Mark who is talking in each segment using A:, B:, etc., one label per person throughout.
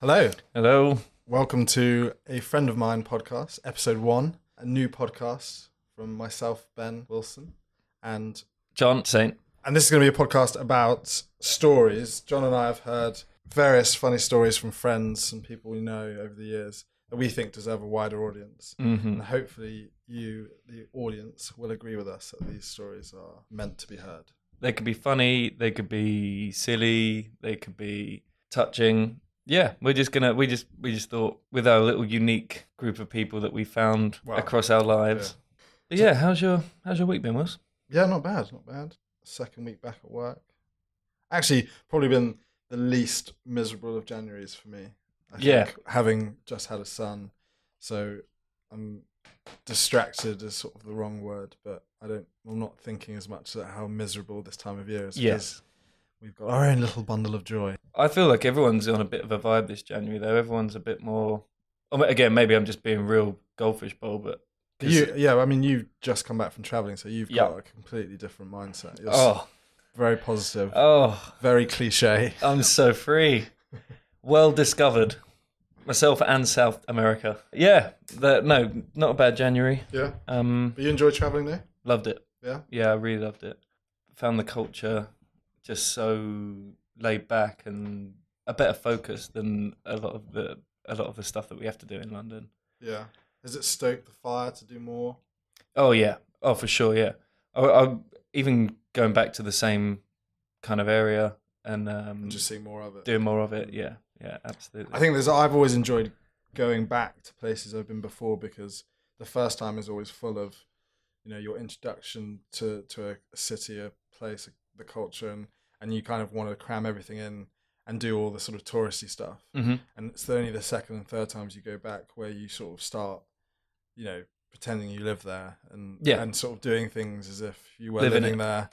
A: Hello.
B: Hello.
A: Welcome to a friend of mine podcast, episode one, a new podcast from myself, Ben Wilson, and
B: John Saint.
A: and this is going to be a podcast about stories. John and I have heard various funny stories from friends and people we know over the years that we think deserve a wider audience,
B: hmm
A: and hopefully you, the audience, will agree with us that these stories are meant to be heard.
B: They could be funny, they could be silly, they could be touching. Yeah, we're just gonna we just we just thought with our little unique group of people that we found
A: Wow.
B: across our lives. But yeah, how's your how's your week been, Wills?
A: Yeah, not bad, not bad. Second week back at work. Actually, probably been the least miserable of Januaries for me. I
B: Yeah.
A: think, having just had a son, so I'm distracted is sort of the wrong word, but I don't. I'm not thinking as much about how miserable this time of year is. because
B: Yes.
A: we've got our own little bundle of joy.
B: I feel like everyone's on a bit of a vibe this January though. Everyone's a bit more I mean, again, maybe I'm just being real goldfish bowl, but 'cause-
A: You, yeah, I mean, you've just come back from traveling, so you've
B: Yeah.
A: got a completely different mindset. You're oh.
B: Oh,
A: very positive,
B: oh,
A: very cliche.
B: I'm so free. Well discovered. Myself and South America. Yeah, the, no, not a bad January.
A: Yeah,
B: Um,
A: but you enjoy traveling there.
B: loved it.
A: Yeah.
B: Yeah, I really loved it. Found the culture just so laid back and a better focus than a lot of the a lot of the stuff that we have to do in London.
A: Yeah. Has it stoked the fire to do more?
B: Oh yeah. Oh for sure. Yeah. I, I even going back to the same kind of area and um,
A: and Just seeing more of it.
B: doing more of it. Yeah. Yeah. Absolutely.
A: I think there's. I've always enjoyed going back to places I've been before because the first time is always full of, you know, your introduction to to a city, a place, the culture, and and you kind of want to cram everything in and do all the sort of touristy stuff.
B: Mhm.
A: And it's only the second and third times you go back where you sort of start, you know, pretending you live there and
B: Yeah.
A: and sort of doing things as if you were
B: Living
A: living
B: it.
A: there.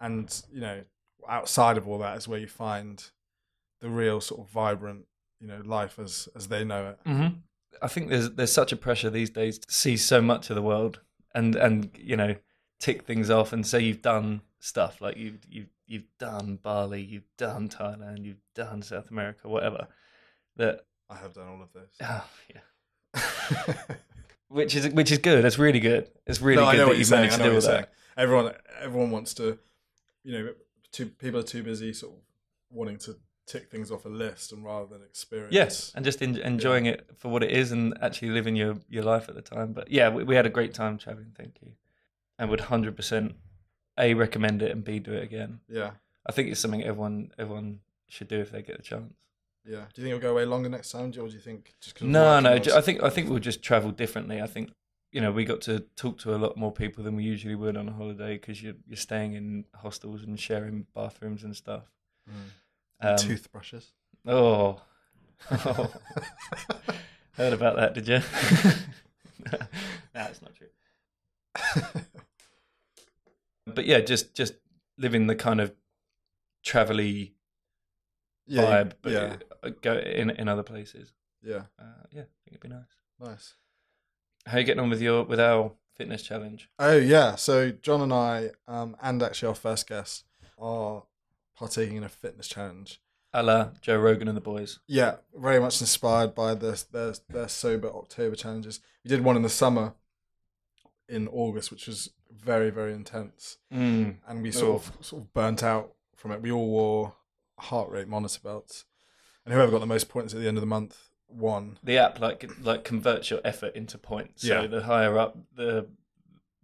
A: And you know, outside of all that is where you find the real sort of vibrant, you know, life as as they know it.
B: hmm I think there's there's such a pressure these days to see so much of the world and and you know tick things off and say you've done stuff like you've you've you've done Bali, you've done Thailand, you've done South America, whatever. That
A: I have done all of this.
B: oh, yeah. which is which is good. It's really good. It's really
A: no, I
B: good
A: know
B: that
A: what
B: you've
A: you're saying.
B: managed
A: I
B: to
A: know
B: do all
A: what
B: that.
A: you're saying. Everyone, everyone wants to, you know, too, people are too busy sort of wanting to tick things off a list and rather than experience.
B: Yes, and just en- enjoying it for what it is, and actually living your, your life at the time. But yeah, we, we had a great time traveling. Thank you, and would hundred percent a recommend it and b do it again.
A: Yeah.
B: I think it's something everyone everyone should do if they get the chance.
A: Yeah. Do you think it'll go away longer next time, or do you think just 'cause of
B: No,
A: working
B: no,
A: hours?
B: ju- I think I think we'll just travel differently. I think you know we got to talk to a lot more people than we usually would on a holiday because you're you're staying in hostels and sharing bathrooms and stuff.
A: Mm.
B: Um,
A: toothbrushes.
B: Oh. oh, heard about that? Did you? no, that's not true. But yeah, just just living the kind of travelly
A: yeah, you-
B: vibe, but
A: yeah,
B: uh, go in in other places.
A: yeah.
B: uh, yeah, I think it'd be nice.
A: Nice.
B: How are you getting on with your with our fitness challenge?
A: Oh yeah. So John and I, um, and actually our first guest, are partaking in a fitness challenge.
B: A la Joe Rogan and the boys.
A: Yeah, very much inspired by their their their sober October challenges. We did one in the summer, in August, which was very very intense,
B: Mm.
A: and we sort of sort of burnt out from it. We all wore heart rate monitor belts, and whoever got the most points at the end of the month won.
B: The app like like converts your effort into points. So
A: Yeah.
B: the higher up the,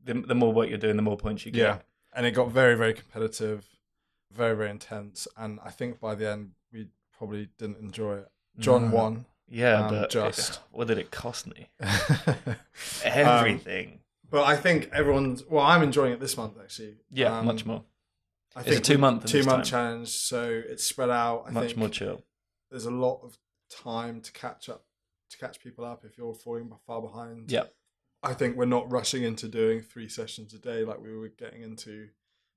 B: the the more work you're doing, the more points you get.
A: Yeah. And it got very, very competitive, very, very intense. And I think by the end, we probably didn't enjoy it. John
B: No.
A: won.
B: Yeah,
A: Um,
B: but
A: just-
B: what did it cost me?
A: Um,
B: Everything.
A: but I think everyone's, well, I'm enjoying it this month, actually.
B: yeah,
A: Um,
B: much more,
A: I
B: It's a two-month this
A: two month
B: time.
A: challenge. So it's spread out. I
B: much
A: think
B: more chill.
A: there's a lot of time to catch up, to catch people up if you're falling far behind.
B: Yeah,
A: I think we're not rushing into doing three sessions a day like we were getting into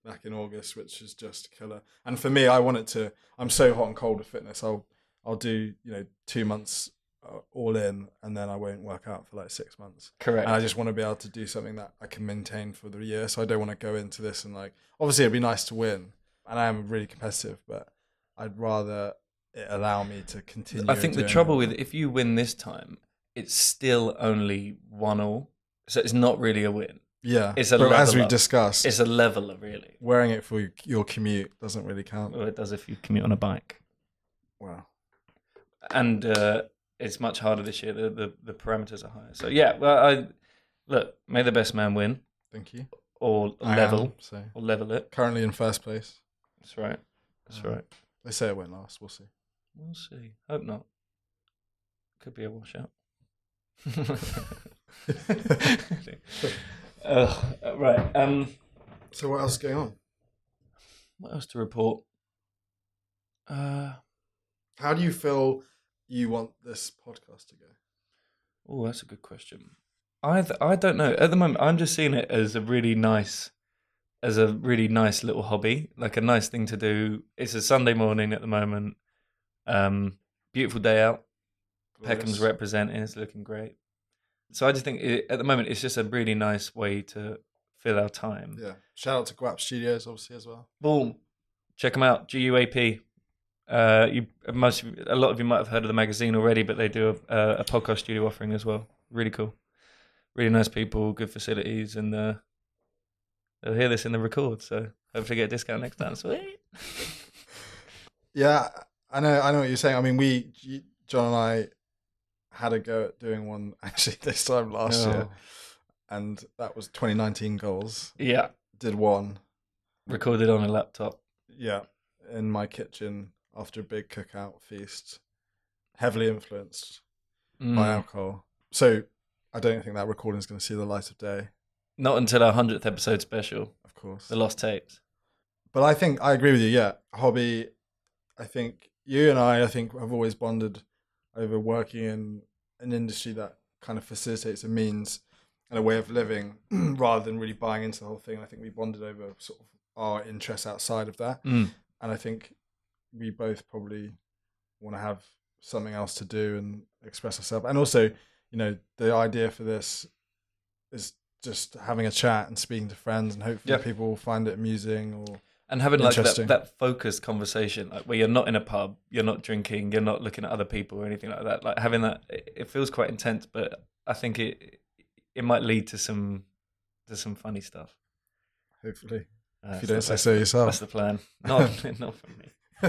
A: back in August, which is just killer. And for me, I wanted to. I'm so hot and cold with fitness. I'll I'll do you know two months uh, all in, and then I won't work out for like six months.
B: Correct.
A: And I just want to be able to do something that I can maintain for the year. So I don't want to go into this and like, obviously, it'd be nice to win, and I am really competitive, but I'd rather it allow me to continue.
B: I think the
A: doing
B: trouble
A: it.
B: with if you win this time, it's still only one all, so it's not really a win.
A: yeah,
B: it's a
A: but as
B: level
A: we
B: up.
A: discussed,
B: It's a leveler, really.
A: wearing it for your commute doesn't really count.
B: Well, it does if you commute on a bike,
A: Wow.
B: and uh, it's much harder this year. The, the the parameters are higher. So yeah, well, I look. May the best man win,
A: Thank you.
B: or
A: I am,
B: level,
A: so
B: or level it.
A: currently in first place.
B: That's right. That's
A: Um,
B: right.
A: They say it went last. We'll see.
B: We'll see. Hope not. Could be a washout. Ugh, right. Um.
A: So what else is going on?
B: What else to report? Uh.
A: How do you feel you want this podcast to go?
B: Oh, that's a good question. I th- I don't know. At the moment, I'm just seeing it as a really nice, as a really nice little hobby, like a nice thing to do. It's a Sunday morning at the moment. Um, beautiful day out.
A: Oh,
B: Peckham's
A: Glorious.
B: representing. It's looking great. So I just think it, at the moment it's just a really nice way to fill our time.
A: Yeah. Shout out to Guap Studios, obviously, as well.
B: Boom. Check them out. GUAP. Uh, you most a lot of you might have heard of the magazine already, but they do a, a, a podcast studio offering as well. Really cool. Really nice people, good facilities, and uh, they'll hear this in the record. So hopefully get a discount next time. Sweet.
A: Yeah, I know. I know what you're saying. I mean, we, you- John and I, had a go at doing one actually this time last year, and that was 2019 goals.
B: Yeah.
A: Did one.
B: Recorded on a laptop.
A: Yeah, in my kitchen after a big cookout feast, heavily influenced
B: Mm.
A: by alcohol. So I don't think that recording is going to see the light of day.
B: Not until our hundredth episode special,
A: Of course.
B: the lost tapes.
A: But I think I agree with you. Yeah, hobby. I think you and I, I think, have always bonded over working in an industry that kind of facilitates a means and a way of living rather than really buying into the whole thing. And I think we bonded over sort of our interests outside of that.
B: Mm.
A: And I think we both probably want to have something else to do and express ourselves. And also, you know, the idea for this is just having a chat and speaking to friends, and hopefully
B: Yeah.
A: people will find it amusing or.
B: And having like that,
A: Interesting.
B: that focused conversation, like where you're not in a pub, you're not drinking, you're not looking at other people or anything like that. Like having that, it it feels quite intense, but I think it it might lead to some to some funny stuff.
A: Hopefully,
B: Uh,
A: if
B: that's
A: you
B: the
A: don't say
B: plan.
A: so
B: that's
A: yourself.
B: the plan. Not not for me.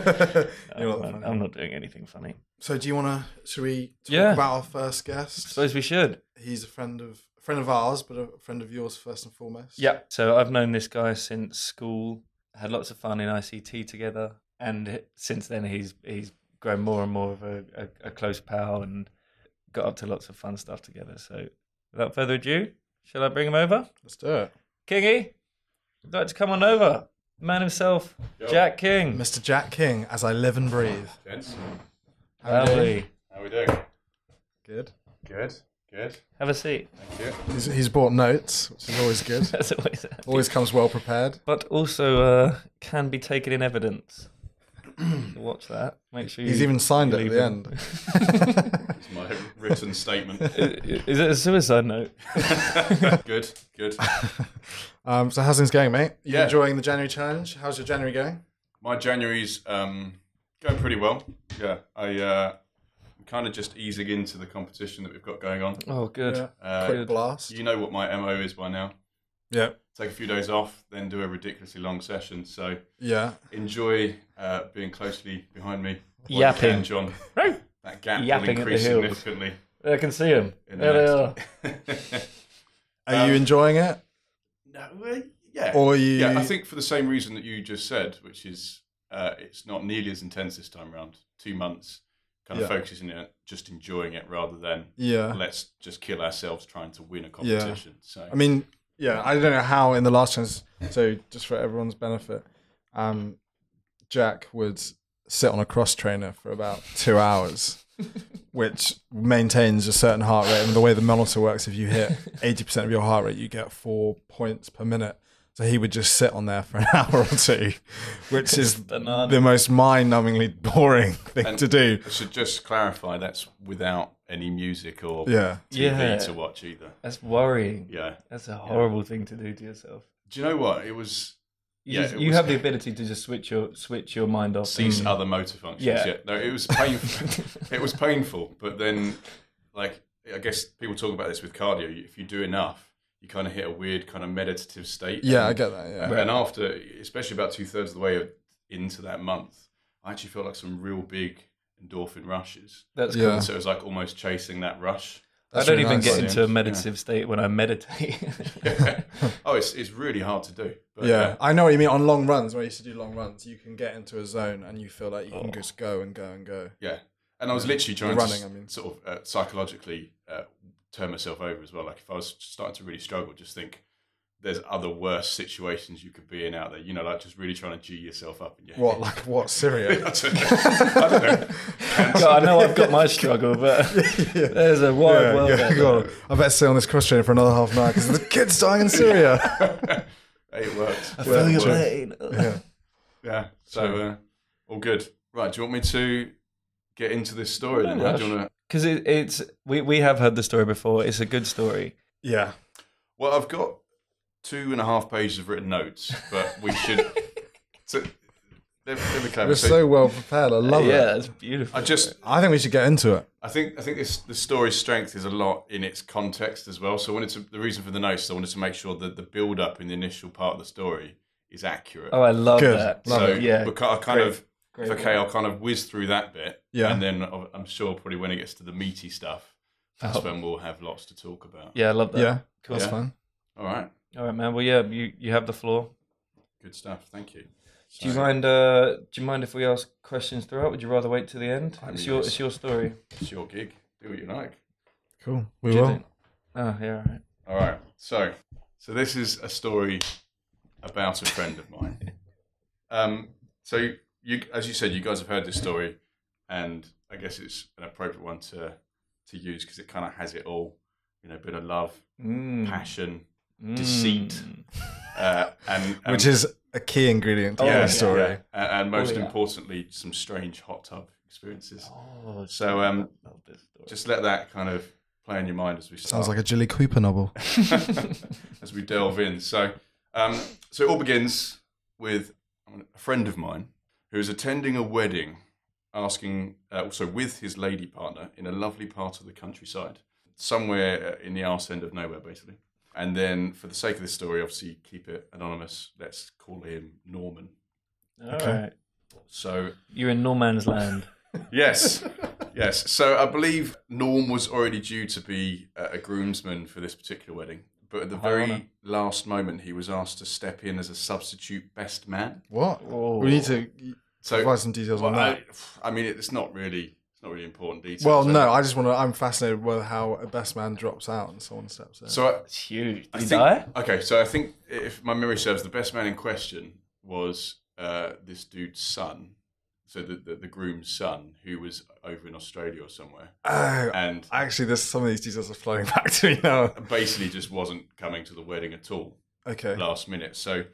A: You're not
B: I'm,
A: funny.
B: I'm not doing anything funny.
A: So, do you want to? Should we talk
B: Yeah.
A: about our first guest?
B: I suppose we should.
A: He's a friend of a friend of ours, but a friend of yours first and foremost.
B: Yeah. So I've known this guy since school. Had lots of fun in ICT together, and since then he's he's grown more and more of a, a, a close pal and got up to lots of fun stuff together. So without further ado, shall I bring him over?
A: let's do it,
B: Kingy, would you like to come on over? The man himself,
C: Yo.
B: Jack King.
A: Mr. Jack King. As I live and breathe.
C: Gents,
A: How you doing?
B: Lovely.
C: how we doing?
A: Good.
C: Good, good.
B: Have a seat.
C: Thank you.
A: He's, he's brought notes, which is always good.
B: That's always
A: always comes well prepared.
B: But also uh, can be taken in evidence. So watch that. Make sure you.
A: He's even signed it at
B: leave
A: the
B: him.
A: end.
C: It's my written statement.
B: Is it a suicide note?
C: good, good.
A: Um, so how's things going, mate? You
C: Yeah.
A: enjoying the January challenge? How's your January going?
C: My January's um, going pretty well. Yeah, I uh, I'm kind of just easing into the competition that we've got going on.
B: Oh, good.
A: Yeah.
C: Uh,
A: Quick blast.
C: you know what my mo is by now.
A: Yeah.
C: Take a few days off, then do a ridiculously long session. So
A: Yeah.
C: enjoy uh, being closely behind me. while you
B: Yapping.
C: can, John.
B: Right.
C: That gap
B: Yapping
C: will
B: at the
C: increase
B: heels.
C: significantly.
B: I can see them.
C: In
B: there they
C: the
B: are.
C: next.
A: Are you
C: Um,
A: enjoying it,
C: No, uh, yeah.
A: or are you?
C: yeah, I think for the same reason that you just said, which is uh, it's not nearly as intense this time around. Two months, kind of
A: Yeah.
C: focusing on just enjoying it rather than
A: Yeah.
C: let's just kill ourselves trying to win a competition. So
A: I mean, yeah, I don't know how in the last chance. So just for everyone's benefit, um, Jack would sit on a cross trainer for about two hours, which maintains a certain heart rate. And the way the monitor works, if you hit eighty percent of your heart rate, you get four points per minute. So he would just sit on there for an hour or two, which is
B: Banana.
A: the most mind-numbingly boring thing
C: And-
A: to do.
C: I should just clarify that's without any music or
A: Yeah.
C: TV
B: Yeah.
C: to watch either.
B: That's worrying.
C: Yeah.
B: That's a horrible thing to do to yourself.
C: Do you know what? It was
B: You,
C: Yeah,
B: just-
C: it
B: you
C: was-
B: have the ability to just switch your switch your mind off.
C: cease
A: Mm.
C: other motor functions. Yeah.
B: Yeah.
C: No, it was painful. it was painful, but then, like, I guess people talk about this with cardio. If you do enough, you kind of hit a weird kind of meditative state.
A: Yeah, I
C: And-
A: get that. Yeah.
C: And after, especially about two thirds of the way into that month, I actually felt like some real big endorphin rushes.
B: That's
A: Yeah.
B: cool.
C: So it was like almost chasing that rush.
B: I
A: That's
B: don't
A: really
B: even
A: nice.
B: get
C: Yeah.
B: into a meditative state when I meditate.
C: oh, it's it's really hard to do. But, uh,
A: Yeah, I know what you mean. On long runs, when I used to do long runs, you can get into a zone and you feel like you
C: Oh.
A: can just go and go and go.
C: Yeah, and I was literally trying
A: Running,
C: to
A: I mean.
C: sort of uh, psychologically uh, turn myself over as well. Like if I was starting to really struggle, just think there's other worse situations you could be in out there. You know, like just really trying to g yourself up. And yeah,
A: What, like, what, Syria?
C: I don't know. I don't know.
B: God, I know I've got my struggle, but there's a wide
A: Yeah,
B: world.
A: yeah,
B: out there.
A: God. I better stay on this cross trainer for another half an hour because the kid's dying in Syria.
C: Hey, it worked.
B: I feel your
C: Worked.
B: pain.
C: Yeah. So uh, all good. Right. Do you want me to get into this story?
B: No
C: then? How do
B: rush.
C: you want to?
B: Because it, it's we, we have heard the story before. It's a good story.
A: Yeah.
C: Well, I've got two and a half pages of written notes, but we should. so, they're, they're the
A: You're
C: conversation.
A: so well prepared. I love it.
B: yeah, it's beautiful.
C: I just
A: I think we should get into it.
C: I think I think this the story's strength is a lot in its context as well. So I wanted to the reason for the notes, I wanted to make sure that the build up in the initial part of the story is accurate.
B: oh, I love
A: Good.
B: that.
A: Love
C: so
A: it.
B: yeah,
C: we'll ki- I'll kind
B: Great.
C: of if okay, I'll kind of whiz through that bit.
A: Yeah.
C: And then I'll- I'm sure probably when it gets to the meaty stuff, that's
B: Oh.
C: when we'll have lots to talk about.
B: Yeah, I love that.
A: Yeah.
B: cool.
A: That's
C: Yeah.
A: fine.
C: All right.
B: All right, man. Well, yeah, you, you have the floor.
C: Good stuff. Thank you.
B: Do you
C: So,
B: mind? Uh, do you mind if we ask questions throughout? Would you rather wait to the end?
C: I
B: it's
C: mean,
B: your
C: yes.
B: it's your story.
C: It's your gig. Do what you like.
A: Cool. We
B: do you
A: will.
B: think? Oh, yeah, all right.
C: All right. So, so this is a story about a friend of mine. Um, so, you, as you said, you guys have heard this story, and I guess it's an appropriate one to to use because it kind of has it all. You know, bit of love,
B: Mm.
C: passion,
B: Mm.
C: deceit. uh, and, and
A: Which is a key ingredient to
B: Oh,
A: the
B: yeah,
A: story. Oh,
C: yeah. and, and most
B: yeah.
C: importantly, some strange hot tub experiences.
B: Oh,
C: So, um,
B: I love this story.
C: Just let that kind of play in your mind as we start.
A: Sounds like a Jilly Cooper novel.
C: as we delve in. So, um, so it all begins with a friend of mine who is attending a wedding, asking uh, also with his lady partner in a lovely part of the countryside, somewhere uh, in the arse end of nowhere, basically. And then, for the sake of this story, obviously keep it anonymous. Let's call him Norman.
B: All
A: okay.
B: right.
C: So,
B: You're in no man's land.
C: yes, yes. So I believe Norm was already due to be a, a groomsman for this particular wedding, but at the very
A: Ah.
B: honour.
C: last moment, he was asked to step in as a substitute best man.
A: What?
B: Whoa.
A: We need to
C: So,
A: provide some details on
C: well,
A: that.
C: I, I mean, it's not really, it's not really important detail.
A: well,
C: so-
A: no, I just want to. I'm fascinated with how a best man drops out and someone steps in.
C: So, I,
B: It's huge. Did
C: I
B: he
C: think,
B: die?
C: okay, so I think if my memory serves, the best man in question was uh, this dude's son. So the, the the groom's son, who was over in Australia or somewhere,
A: oh,
C: and
A: actually, there's some of these details are flowing back to me now.
C: basically just wasn't coming to the wedding at all.
A: Okay,
C: last minute. So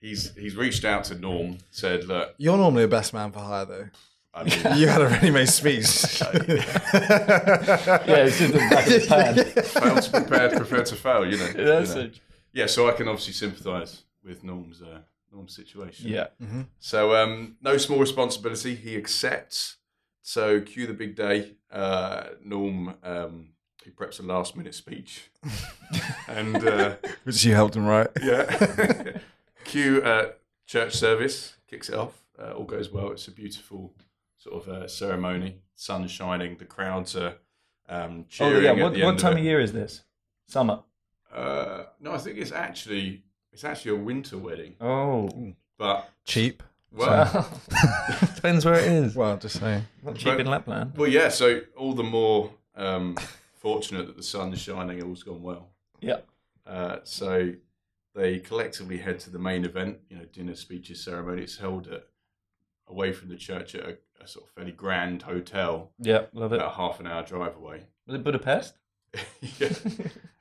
C: he's he's reached out to Norm, said, "Look,
A: you're normally a best man for hire, though.
C: I mean,
A: You had a ready-made speech.
B: Yeah, it's just a back of the pan.
C: fail to prepare, prepare to fail." You know, you
B: That's
C: know.
B: a,
C: yeah. So I can obviously sympathise with Norm's uh, Norm's situation.
B: yeah.
C: So um, no small responsibility. He accepts. So cue the big day. Uh, Norm um, he preps a last minute speech, and uh,
A: which you helped him write.
C: yeah, cue uh, church service kicks it off. Uh, all goes well. It's a beautiful sort of uh, ceremony. Sun shining. The crowds are um,
B: Oh,
C: cheering.
B: yeah.
C: at
B: What,
C: the
B: what
C: end
B: time
C: it.
B: of year is this? Summer.
C: Uh, no, I think it's actually it's actually a winter wedding,
B: Oh.
C: but
A: Cheap.
C: well,
B: Depends where it is.
A: Well, just saying.
B: Not cheap in Lapland.
C: well, yeah. So all the more um, fortunate that the sun's shining. All's gone well.
B: Yeah.
C: Uh, so they collectively head to the main event, you know, dinner, speeches, ceremony. It's held at, away from the church at a, a sort of fairly grand hotel,
B: Yeah, love it.
C: about half an hour drive away.
B: Was it Budapest?
C: yeah.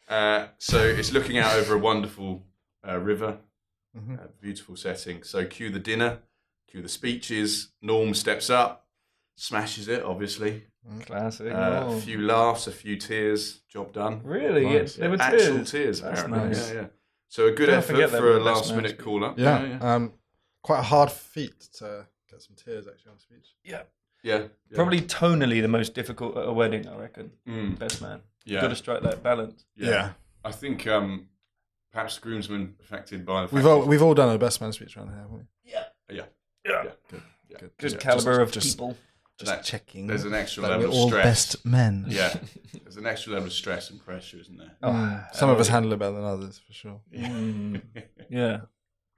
C: uh, so it's looking out over a wonderful uh, river,
A: Mhm.
C: A beautiful setting. So cue the dinner, cue the speeches. Norm steps up, smashes it. Obviously,
B: Classic.
C: uh,
A: Norm.
C: a few laughs, a few tears. Job done.
B: really?
A: Nice.
B: Yeah, there were
C: Actual
B: tears.
C: tears,
B: That's
C: apparently.
B: nice.
C: Yeah, yeah. So a good
B: Don't
C: effort
B: forget that
C: for a
B: with the best
C: last minute
B: man.
C: call up.
A: Yeah.
C: yeah.
A: Um, quite a hard feat to get some tears actually on speech.
C: yeah. yeah.
B: Probably tonally the most difficult at a wedding, I reckon.
C: Mm,
B: Best man.
C: yeah.
B: Got to strike that balance.
C: yeah. I think um, perhaps the groomsmen affected by the fact
A: We've all
C: that-
A: we've all done a best man speech around here, haven't we?
C: yeah, yeah.
A: Good.
B: Good
A: Yeah,
B: caliber
A: just-
B: of
A: just-
B: people.
A: Just
C: That-
A: checking.
C: There's an extra
A: that
C: level
A: we're
C: of
A: all
C: stress.
A: best men.
C: Yeah, there's an extra level of stress and pressure, isn't there?
A: Mm,
B: Ah,
A: Some of us handle it better than others, for sure.
B: Mm, yeah,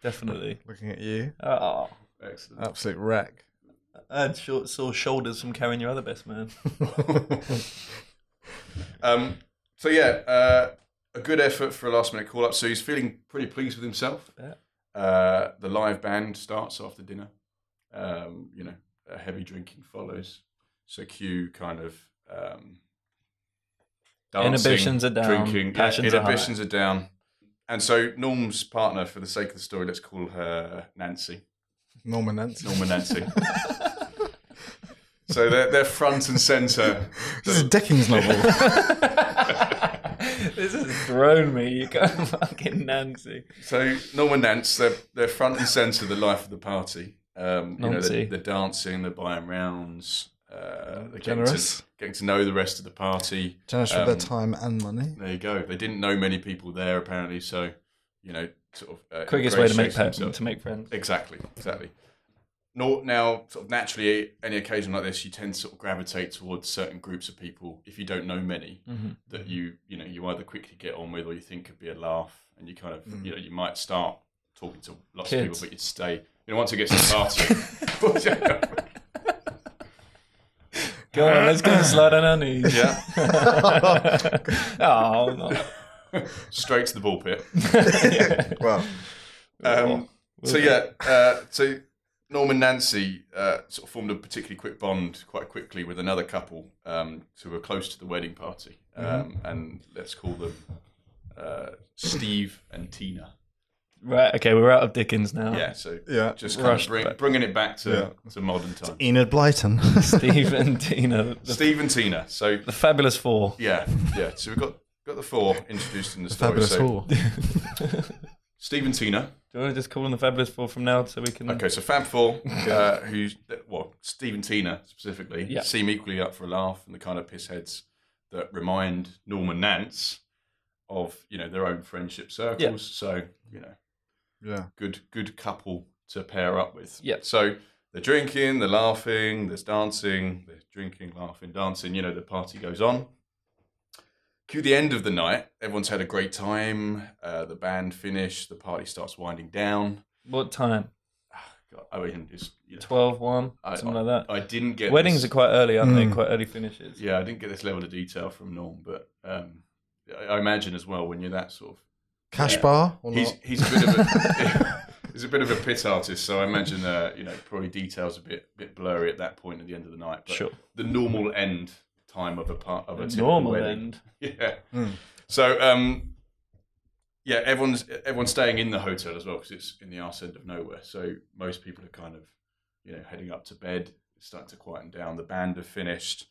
B: definitely.
A: Looking at you,
B: Oh,
C: Excellent.
A: absolute wreck.
B: I had short, sore shoulders from carrying your other best man.
C: um, so yeah, uh, a good effort for a last minute call up. So he's feeling pretty pleased with himself.
B: Yeah.
C: Uh, the live band starts after dinner. Um, you know, uh, heavy drinking follows. So cue kind of um, dancing,
B: Inhibitions are down,
C: Drinking yeah,
B: passions are high.
C: inhibitions are down. And so Norm's partner, for the sake of the story, let's call her Nancy.
A: Norman Nancy.
C: Norman Nancy. so they're, they're front and center.
A: This is a Dickens novel.
B: this has thrown me. You can't fucking Nancy.
C: So Norman Nance, they're, they're front and center the life of the party. Um, you know,
B: Nancy.
C: they're, they're dancing, they're buying rounds, uh, they're getting
A: Generous.
C: to, getting to know the rest of the party.
A: Generous with their
C: Um,
A: time and money.
C: There you go. They didn't know many people there apparently, so you know, sort of uh,
B: Quickest way to make pet,
C: ingratiates
B: to make friends.
C: Exactly, exactly. Nor, now, sort of naturally, any occasion like this, you tend to sort of gravitate towards certain groups of people if you don't know many
B: Mhm.
C: that you you know you either quickly get on with or you think could be a laugh, and you kind of
A: Mm.
C: you know you might start talking to lots of
B: Kids.
C: people, but you stay. You know, once it gets to the party,
B: Go on, let's go slide on our knees.
C: yeah,
B: oh, no.
C: straight to the ball pit.
A: Well,
C: Um, so yeah, uh, so Norm and Nancy uh, sort of formed a particularly quick bond quite quickly with another couple um, who were close to the wedding party, um, and let's call them uh, Steve and Tina.
B: Right, okay, we're out of Dickens now.
C: Yeah, so
A: yeah.
C: just kind of
B: Rushed
C: bring,
B: back.
C: bringing it back to, to modern times.
A: Enid Blyton.
B: Steve and Tina, the,
C: Steve and Tina. So
B: the fabulous four.
C: yeah, yeah. So we've got got the four introduced in the, story.
A: Fabulous
C: so
A: whore.
C: Steve and Tina.
B: Do you want to just call them the fabulous four from now so we can?
C: Okay, so Fab Four, uh, who, well, Steve and Tina specifically,
B: Yeah.
C: seem equally up for a laugh and the kind of pissheads that remind Norman Nance of, you know, their own friendship circles.
B: Yeah.
C: So, you know,
A: Yeah.
C: good good couple to pair up with.
B: Yeah.
C: So they're drinking, they're laughing, there's dancing, they're drinking, laughing, dancing. You know, the party goes on. Cue the end of the night. Everyone's had a great time. Uh, the band finish. The party starts winding down.
B: What time?
C: God, I mean, it's, you know,
B: 12, 1,
C: I-
B: something like that.
C: I didn't get
B: Weddings
C: this-
B: are quite early, aren't they?
A: Mm.
B: Quite early finishes.
C: Yeah, I didn't get this level of detail from Norm, but um, I, I imagine as well when you're that sort of
A: Cash bar or
C: he's
A: not?
C: he's a bit of a he's a bit of a pit artist, so I imagine uh, you know probably details a bit bit blurry at that point at the end of the night. But
B: Sure.
C: the normal end time of a part of a typical
B: Normal
C: wedding.
B: end. Hmm.
C: Yeah.
A: Mm.
C: So um, yeah, everyone's everyone's staying in the hotel as well because it's in the arse end of nowhere. So most people are kind of you know heading up to bed, it's starting to quieten down. The band have finished,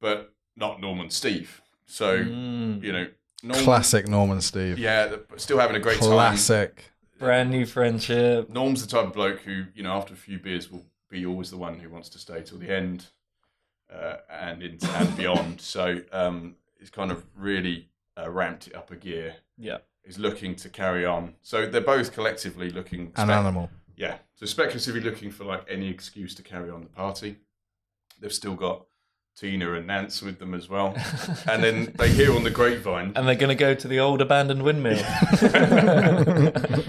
C: but not Norman Steve. So
B: Mm.
C: you know. Norman,
A: Classic Norman Steve.
C: Yeah, the- still having a great time.
A: Classic.
B: Brand new friendship.
C: Norm's the type of bloke who, you know, after a few beers, will be always the one who wants to stay till the end uh, and in, and beyond. So um, he's kind of really uh, ramped it up a gear.
B: Yeah.
C: He's looking to carry on. So they're both collectively looking.
A: An
C: spec-
A: animal.
C: Yeah. So speculatively looking for like any excuse to carry on the party. They've still got Tina and Nance with them as well. And then they hear on the grapevine
B: And they're going to go to the old abandoned windmill.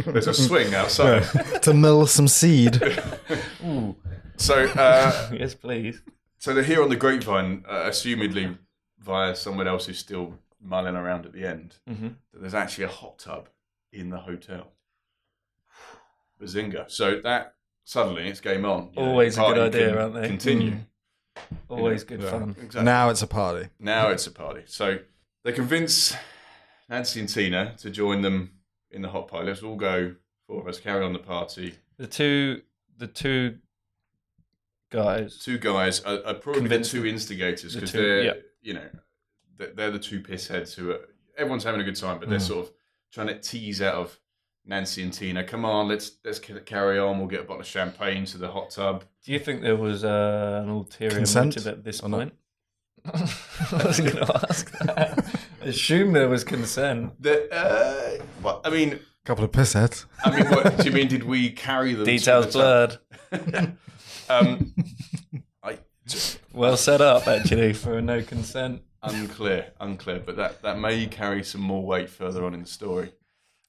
C: there's a swing outside.
A: to mill some seed.
B: Ooh.
C: So uh,
B: yes, please.
C: So they're here on the grapevine, uh, assumedly via someone else who's still mulling around at the end.
B: Mhm.
C: That there's actually a hot tub in the hotel. Bazinga! So that suddenly it's game on. You
B: Always
C: the
B: a good
C: party
B: idea,
C: can
B: aren't they? Mm.
C: Continue.
B: Always good
A: Yeah.
B: fun.
C: Exactly. Now,
A: Now it's a party.
C: it's a party. So they convince Nancy and Tina to join them in the hot pie. Let's all go Four of us carry on the party.
B: The two, the two guys.
C: Two guys are, are probably
B: Convinced.
C: the two instigators
B: The
C: because
B: two-
C: they're
B: yeah.
C: you know they're, they're the two pissheads who are everyone's having a good time, but they're
B: Mm.
C: sort of trying to tease out of Nancy and Tina. Come on, let's let's ca- carry on. We'll get a bottle of champagne to the hot tub.
B: Do you think there was uh, an ulterior
A: Consent
B: motive at this
A: or not?
B: point? I was going to ask that. Assume there was consent.
C: The, uh, well, I mean,
A: couple of pissheads.
C: I mean, what do you mean? Did we carry them? to
B: Details
C: the
B: blurred.
C: tub? um, I,
B: Well set up, actually, for a no consent.
C: unclear, unclear. But that that may carry some more weight further on in the story.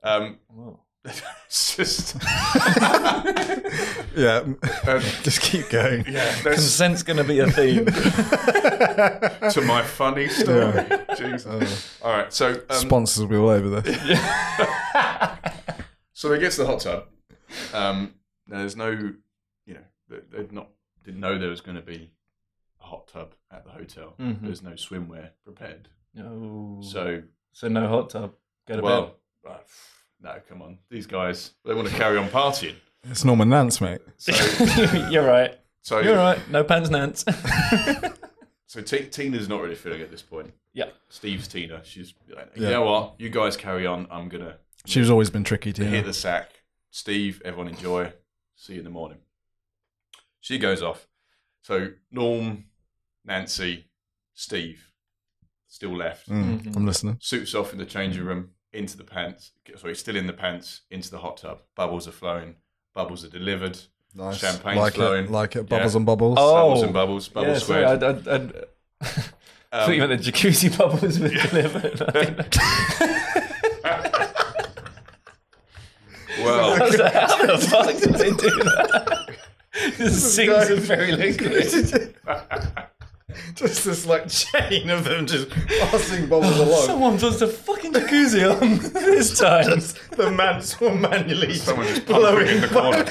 C: Um,
B: Whoa.
C: it's just
A: Yeah,
C: um,
A: just keep going.
C: yeah, that's
B: Consent's going to be a theme.
C: to my funny story. Jesus.
B: Uh,
C: All right, so um,
A: Sponsors will be all over this.
C: so they get to the hot tub. Um, now there's no, you know, they- they've not didn't know there was going to be a hot tub at the hotel.
B: Mhm.
C: There's no swimwear prepared,
B: Oh.
C: so
B: So no hot tub. Go to
C: well, uh, no, come on, these guys they want to carry on partying.
A: It's Norman Nance, mate.
C: So,
B: bed. You're right.
C: so
B: You're right. No pants, Nance.
C: So T- Tina's not really feeling at this point.
B: Yeah.
C: Steve's Tina. She's like, you
A: Yeah.
C: know what? You guys carry on. I'm gonna
A: She's always been tricky to
C: hit
A: you.
C: the sack. Steve, everyone enjoy. See you in the morning. She goes off. So Norm, Nancy, Steve, still left.
A: Mm,
B: Mhm.
A: I'm listening.
C: Suits off in the changing room, into the pants. Sorry, still in the pants, into the hot tub. Bubbles are flowing. Bubbles are delivered.
A: Nice.
C: Champagne's
A: like
C: flowing.
A: It, like it.
C: Yeah.
A: Bubbles and bubbles.
B: Oh.
C: Bubbles and bubbles. Bubbles
B: yeah, sorry.
C: squared.
B: I,
C: Um,
B: I, I, I thought you meant the jacuzzi bubbles were delivered.
C: well,
B: I was like, how the fuck did they do that? The sinks are very liquid.
A: just this like chain of them just passing bubbles
B: Someone puts a fucking jacuzzi on this time.
A: the man's will manually
C: Someone just blowing in the corner.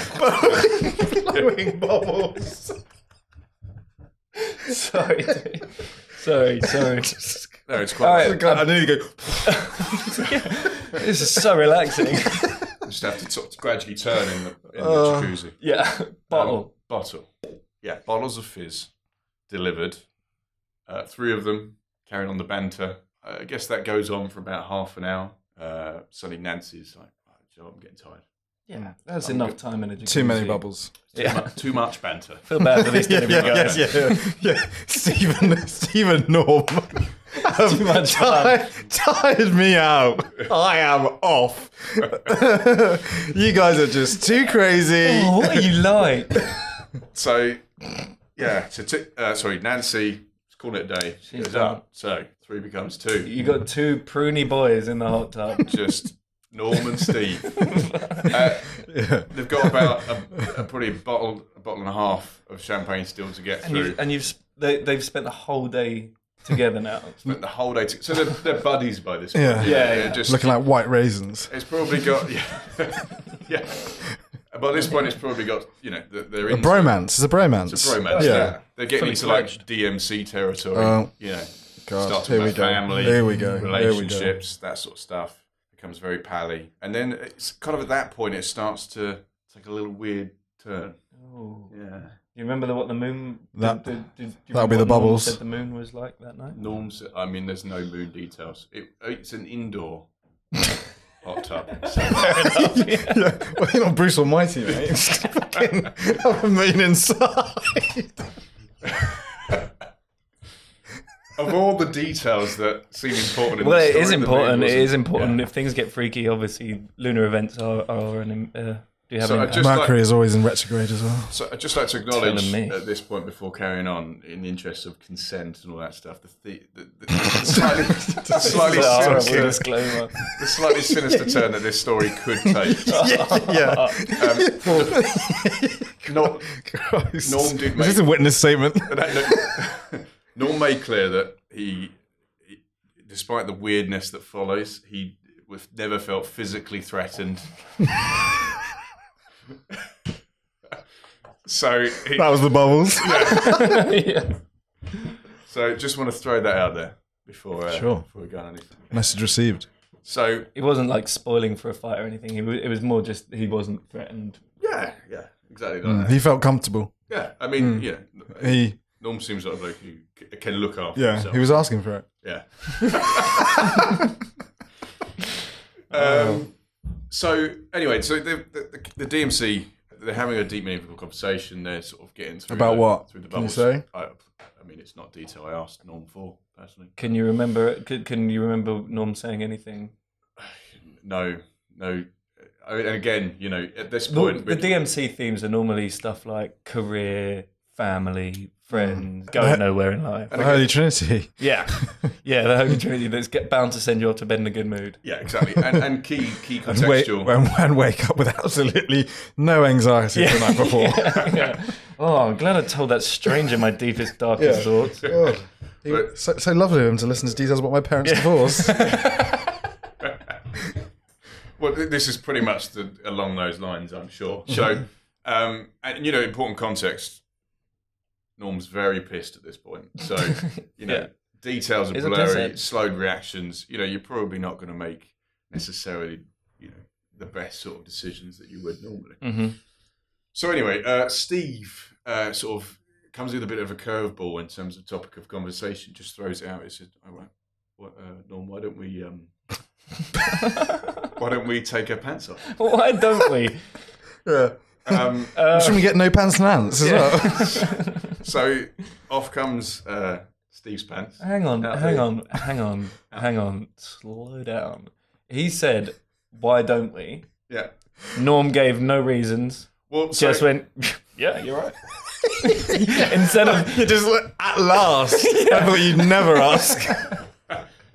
A: blowing bubbles.
B: Sorry, dude. sorry, sorry.
C: no, it's quite.
B: All right.
A: I knew you go.
B: This is so relaxing.
C: Just have to sort of gradually turn in the, in the
A: Uh,
C: jacuzzi.
B: Yeah, bottle.
C: Um, Bottle. Yeah, bottles of fizz delivered. Uh, three of them carrying on the banter. Uh, I guess that goes on for about half an hour. Uh, suddenly Nancy's like, oh, you know what, I'm getting tired.
B: Yeah, that's
C: I'm
B: enough
C: good.
B: time and a jacuzzi.
A: Too many bubbles.
C: Too,
B: Yeah,
C: mu- too much banter.
B: feel bad for these delivery
C: yeah,
B: guys.
C: yeah.
A: yeah, yeah. Stephen, Stephen Norm. Um,
B: Too much fun.
A: tired me out. I am off. you guys are just too crazy.
B: Oh, what are you like?
C: So, yeah, so t- uh, sorry, Nancy, let's call it a day.
B: She's
C: goes up. So, three becomes two.
B: You got two pruny boys in the hot tub.
C: Just Norm and Steve. Uh,
A: Yeah.
C: They've got about a, a probably a bottle, a bottle and a half of champagne still to get
B: And
C: through.
B: you've, and you've s- they, they've spent the whole day together now.
C: Spent the whole day. To, so they're, they're buddies by this point.
A: Yeah.
B: Yeah,
C: they're
B: yeah.
C: Just,
A: Looking like white raisins.
C: it's probably got yeah, yeah. By this point, it's probably got you know they're, they're
A: A
C: in
A: bromance. It's a bromance.
C: It's a
A: Yeah.
C: bromance. They're, they're getting
B: Fully
C: into
B: fledged.
C: like DMC territory.
A: Oh.
C: you know,
A: God,
C: start talking
A: here we
C: about
A: go.
C: family,
A: Here we go. Here we go.
C: relationships, that sort of stuff. Becomes very pally, and then it's kind of at that point it starts to take a little weird turn.
B: Oh.
C: Yeah.
B: You remember the, what the moon?
A: That-
B: did- did- did you
A: that'll be
B: remember
A: the
B: what Norm
A: bubbles.
B: Said the moon was like that night.
C: Norm's. I mean, there's no moon details. It, it's an indoor hot tub. So,
A: yeah. Well, you're not Bruce Almighty, mate. Fucking have a moon inside.
C: of all the details that seem important, in
B: Well,
C: the
B: it
C: story,
B: is
C: the moon
B: important. It
C: wasn't.
B: is important. If things get freaky, obviously lunar events are are an. Uh, do you have
C: So I
B: any?
C: just-
A: Mercury
C: like-
A: is always in retrograde as well.
C: So I'd just like to
B: Telling
C: acknowledge
B: me.
C: at this point, before carrying on, in the interest of consent and all that stuff, the, the, the, the slightly, the slightly
B: It's a horrible
C: sinister,
B: uh, disclaimer.
C: the slightly sinister turn that this story could take.
A: yeah.
C: Not,
A: Christ.
C: Um, Norm did
A: Is
C: make-
A: this a witness statement?
C: Norm made clear that he, he- despite the weirdness that follows, he was never felt physically threatened. so, he,
A: that was the bubbles.
B: yeah.
C: so just want to throw that out there before, uh,
A: Sure.
C: before we go on anything.
A: Message received.
C: So
B: It wasn't like spoiling for a fight or anything. It was, it was more just he wasn't threatened.
C: yeah, yeah, exactly like
A: Mm,
C: that.
A: He felt comfortable.
C: Yeah, I mean, yeah.
A: Mm. He
C: Norm seems like a bloke who c- can look after
A: yeah,
C: himself.
A: he was asking for it.
C: Yeah. um, so anyway, so the, the the DMC they're having a deep meaningful conversation. They're sort of getting through
A: About
C: the-
A: what?
C: through the
A: Can you
C: bubbles.
A: say?
C: I, I mean, it's not detail. I asked Norm for personally.
B: Can you remember? Can, can you remember Norm saying anything?
C: No, no. I mean, and again, you know, at this
B: The,
C: point,
B: the
C: which-
B: DMC themes are normally stuff like career, family, friends, going nowhere in life.
A: The Holy Trinity.
B: Mm. Yeah, yeah, the Holy Trinity that's get bound to send you off to bed in a good mood.
C: yeah, exactly, and, and key key
A: And wake,
C: contextual.
A: and, and wake up with absolutely no anxiety the night before.
B: Yeah. Oh, I'm glad I told that stranger my deepest, darkest
A: Yeah.
B: thoughts.
A: God. He- so, so lovely of him to listen to details about my parents' divorce.
C: Well, th- this is pretty much the, along those lines, I'm sure.
B: Mm-hmm.
C: So, um, and you know, important context. Norm's very pissed at this point, so you know,
B: Yeah.
C: details are
B: It's a
C: blurry,
B: desert.
C: slowed reactions. You know, you're probably not going to make necessarily, you know, the best sort of decisions that you would normally.
B: Mhm.
C: So anyway, uh, Steve uh, sort of comes with a bit of a curveball in terms of topic of conversation. Just throws it out. He says, "All right, what, uh, Norm, why don't we, um, why don't we take our pants off?"
B: Why don't we?
A: yeah.
C: Um,
A: Shouldn't we get no pants and ants as well?
C: so off comes uh, Steve's pants.
B: Hang on,
C: Out
B: hang
C: there.
B: on, hang on, hang on. Slow down. He said, "Why don't we?"
C: Yeah.
B: Norm gave no reasons.
C: Well, so,
B: Just went, "Yeah, you're right." Instead of
A: Just like, at last. I thought you'd never ask.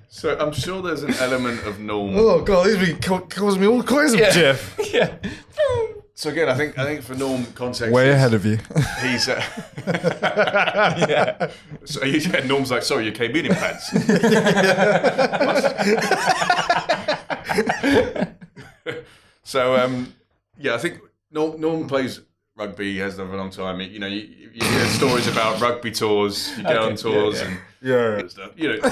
C: so I'm sure there's an element of Norm.
A: oh god, this really ca- caused me all kinds of
B: Yeah.
A: jiff.
B: yeah,
C: So again, I think I think for Norm context,
A: Way ahead of you.
C: he's. Uh,
B: yeah.
C: So he- yeah, Norm's like, sorry, you came in in pants. so um, yeah, I think Norm, Norm plays rugby. He has done for a long time. You know, you, you hear stories about rugby tours. You go on tours
B: yeah,
A: yeah.
C: and stuff. You know,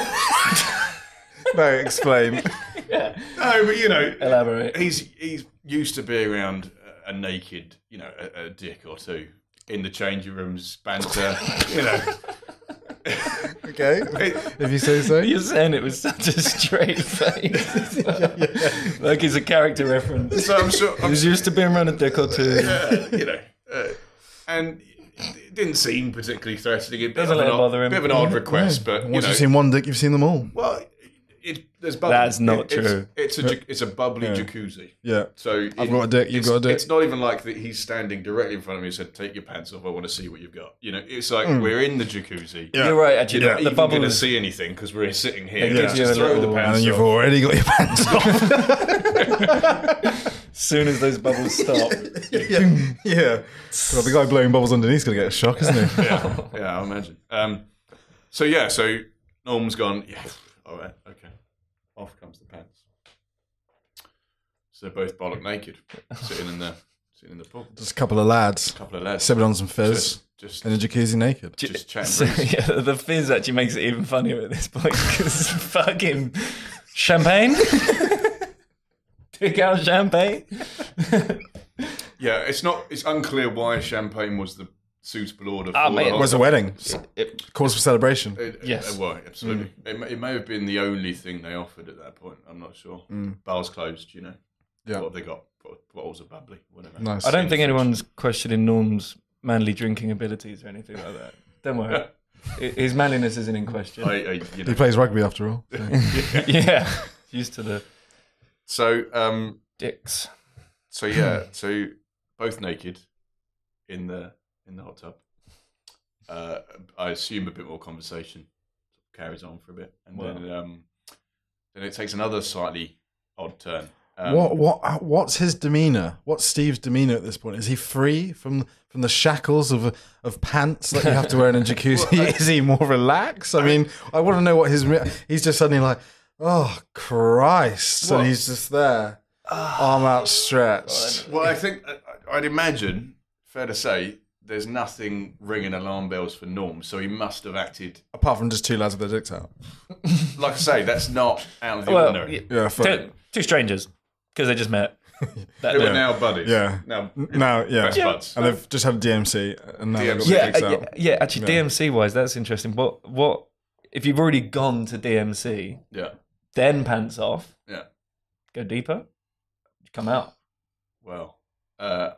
A: No, explain.
C: no, but you know,
B: Elaborate.
C: he's he's used to being around a naked, you know, a, a dick or two in the changing rooms, banter. you know,
A: Okay.
C: It-
A: If you say so.
B: You're saying it was such a straight face. like he's a character reference.
C: so I'm sure. I'm
B: He's used to being around a dick or two.
C: uh, you know, uh, and it didn't seem particularly threatening. It
B: Doesn't let
C: an
B: it
C: odd-
B: bother him.
C: Bit of an odd request, but you
A: Once
C: know,
A: you've seen one dick, you've seen them all.
C: well, it, there's bubble.
B: That's not
C: It- it's-
B: true.
C: It's, a ju- it's a bubbly jacuzzi.
A: Yeah.
C: So I've
A: got a dick, you've got a dick.
C: It's not even like that. He's standing directly in front of me and said, "Take your pants off. I want to see what you've got." You know, it's like we're in the jacuzzi.
A: Yeah.
B: You're right,
C: You're
B: actually.
C: not
B: Hmm. the
C: even
B: bubble
C: going to
B: is
C: see anything because we're sitting here.
B: gives
C: Just
B: you a
C: throw
B: little-
A: And
B: uh,
C: the pants
A: then you've
C: off.
A: already got your pants off.
B: as soon as those bubbles stop.
A: yeah. Well, the guy blowing bubbles underneath going to get a shock, isn't he?
C: Yeah, yeah, I imagine. Um, so yeah, so Norm's gone. Yeah, all right, okay. Off comes the pants. So they're both bollock naked, sitting in the sitting in the pool. Just
A: Just a couple of lads
C: a couple of lads,
A: sipping on some fizz
C: just just,
A: in a jacuzzi naked.
C: just chatting.
B: So,
C: breeze.
B: yeah, the fizz actually makes it even funnier at this point because fucking champagne. Take out champagne.
C: Yeah, it's not. It's unclear why champagne was the suitable order. For
B: Ah, mate,
C: the
A: It was a wedding.
B: It-
A: Cause for celebration.
C: It,
B: Yes.
C: it were, absolutely.
A: Mm.
C: It, may- it may have been the only thing they offered at that point. I'm not sure. Bars closed, you know.
A: Mm. Yeah.
C: What have they got? Bottles of bubbly, whatever.
A: Nice.
B: I don't think anyone's questioning Norm's manly drinking abilities or anything like that. Don't worry. I- His manliness isn't in question.
C: I, I, you know,
A: He plays rugby after all. so.
B: yeah. Used to the
C: So, um,
B: dicks.
C: so yeah, so both naked in the in the hot tub. Uh, I assume a bit more conversation carries on for a bit, and then um, then it takes another slightly odd turn. Um,
A: what what what's his demeanor? What's Steve's demeanor at this point? Is he free from from the shackles of of pants that you have to wear in a jacuzzi? Is he more relaxed? I mean, I want to know what his re- he's just suddenly like, oh Christ,
C: What?
A: and he's just there, Ah. arm outstretched.
C: Well, I think I, I'd imagine fair to say there's nothing ringing alarm bells for Norm, so he must have acted.
A: Apart from just two lads with their dicks out.
C: Like I say, that's not out of the
B: Well,
C: ordinary.
B: yeah,
A: Yeah, fuck.
B: two, two strangers because they just met. That
C: They were
B: day.
C: now buddies.
A: Yeah.
C: Now
A: Now, yeah.
C: best buds.
A: And they've just had DMC, and now they've got
C: DMC.
A: their
B: yeah,
A: dicks
B: uh, yeah,
A: out.
B: yeah. Actually, DMC wise, that's interesting. What what if you've already gone to DMC,
C: Yeah.
B: then pants off,
C: Yeah.
B: go deeper, come out.
C: Well, uh,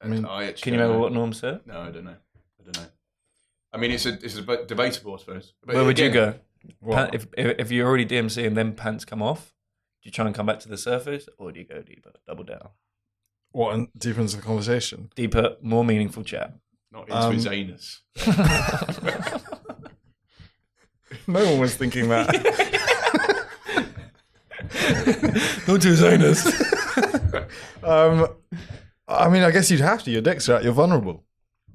A: I mean,
C: I actually
B: Can you
C: don't
B: remember
C: know.
B: what Norm said?
C: No, I don't know. I don't know. I mean, it's a it's a bit debatable, I suppose. But
B: Where would you
C: again,
B: go? Pa-
A: What?
B: if, if if you're already DMC and then pants come off, do you try and come back to the surface, or do you go deeper, double down,
A: what and deepens the conversation?
B: deeper, more meaningful chat?
C: Not into
A: Um,
C: his anus.
A: No one was thinking that.
B: Not to his anus.
A: um, I mean, I guess you'd have to. Your dicks are out. You're vulnerable.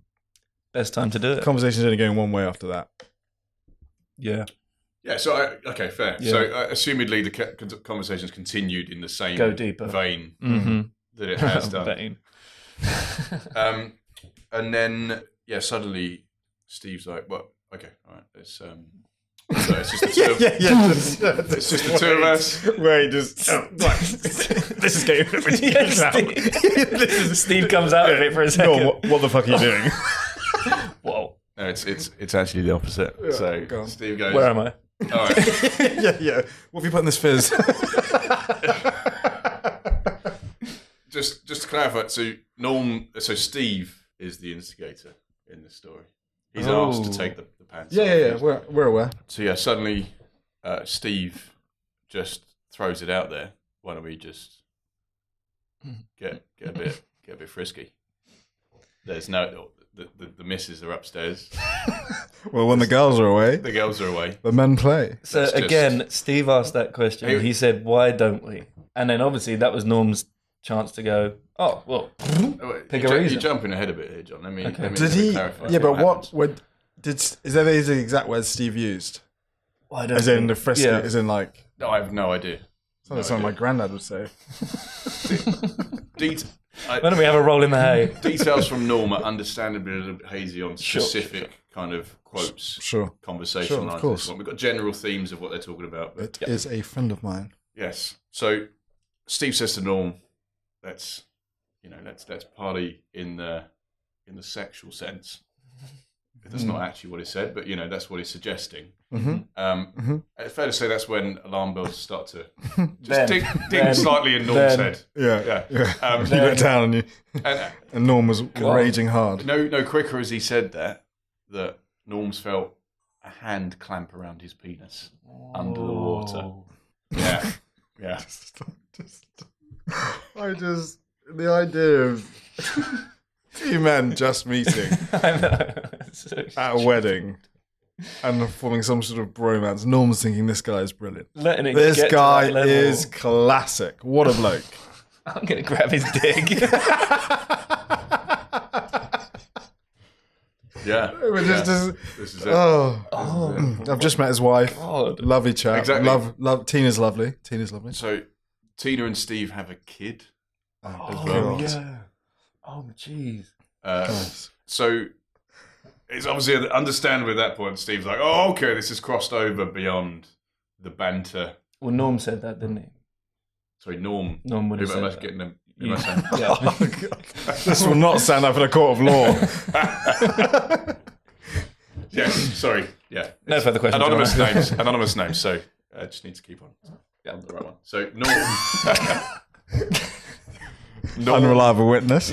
B: Best time to do it.
A: Conversation's only going one way after that.
B: Yeah,
C: Yeah. So I, okay, fair.
B: Yeah.
C: So uh, assumedly the ca- con- conversations continued in the same
B: Go deeper.
C: vein
B: mm-hmm.
C: that it has done.
B: Vein.
C: um, and then yeah, suddenly Steve's like, "Well, okay, all right, it's um, so it's just the two of,
A: yeah.
C: it's just the two of us."
A: Wait, just this is getting
B: Yeah, Steve, Steve comes out of it for a second.
A: what, what the fuck are you doing?
B: Whoa,
C: No, it's it's it's actually the opposite. so
A: go on.
C: Steve goes,
B: where am I?
C: "All right."
A: yeah, yeah. What have you put in this fizz?
C: just just to clarify, so Norm, so Steve is the instigator in this story. He's
B: Oh.
C: asked to take the, the pants.
A: yeah,
C: off.
A: yeah, yeah. We're, we're aware.
C: So yeah, suddenly uh, Steve just throws it out there. Why don't we just get get a bit get a bit frisky? There's no the the, the misses are upstairs.
A: Well, when the girls are away,
C: The girls are away.
A: the men play.
B: So
C: That's just-
B: again, Steve asked that question.
C: Hey-
B: He said, "Why don't we?" And then obviously that was Norm's chance to go. Oh well,
C: Oh, wait,
B: Pick
C: you're,
B: a
C: ju-
B: reason.
C: You're jumping ahead a bit here, John. Let me.
B: Okay.
C: Let me
A: Did
C: let me
A: he?
C: clarify
A: Yeah, but what?
C: happens.
A: What did? Is that these are the exact words Steve used?
B: why don't
A: As in
B: we?
A: the frisky?
B: Yeah.
A: As in like
C: No, I have no idea.
A: something, something my granddad would say.
C: Det- I-
B: Why don't we have a roll in the hay?
C: details from Norm are understandably a little bit hazy on
B: Sure,
C: specific kind of quotes,
A: Sure.
C: conversation
A: Sure, of
C: lines. Of
A: course.
C: course. We've got general themes of what they're talking about. But
A: It is a friend of mine.
C: yes. So Steve says to Norm, let's you know, let's let's party in the in the sexual sense. That's
B: Hmm.
C: not actually what he said, but you know, that's what he's suggesting.
A: Mhm.
B: Mm-hmm.
C: Um,
A: Mhm.
C: It's fair to say that's when alarm bells start to
B: Then.
C: just ding, ding
B: Then.
C: slightly in Norm's
B: Then.
C: head.
A: Yeah.
C: Yeah.
A: yeah.
C: Um,
A: you look down and, you,
C: And,
A: and Norm was raging hard.
C: No, no quicker as he said that that Norm's felt a hand clamp around his penis under the water. Yeah, yeah.
A: Just- I just the idea of two men just meeting
B: I know. So-
A: at a wedding and forming some sort of bromance. Norm's thinking this guy is brilliant.
B: letting it
A: This
B: get to
A: guy
B: that level.
A: is classic. What a bloke.
B: I'm gonna grab his dick.
C: yeah.
A: We're just- just-
C: This is it.
A: oh,
B: oh
A: I've just met his wife.
C: Oh,
B: God.
A: Lovely chap.
C: Exactly.
A: Love, love. Tina's lovely. Tina's lovely.
C: So Tina and Steve have a kid.
A: Oh,
B: Oh
A: God.
B: yeah. Oh jeez.
C: Uh, so it's obviously understandable at that point. Steve's like, "Oh, okay, this has crossed over beyond the banter."
B: Well, Norm said that, didn't he?
C: Sorry, Norm.
B: Norm would have
C: Who
B: said
C: am I
B: that.
C: getting them? who
B: You-
C: am I saying?
A: Oh,
B: yeah.
A: This will not stand up in a court of law.
C: Yes. Sorry. Yeah.
B: No further questions.
C: anonymous
B: John.
C: names. Anonymous names. So I just need to keep on.
B: Yeah.
C: the right one. So Norm. Norm,
A: Unreliable witness.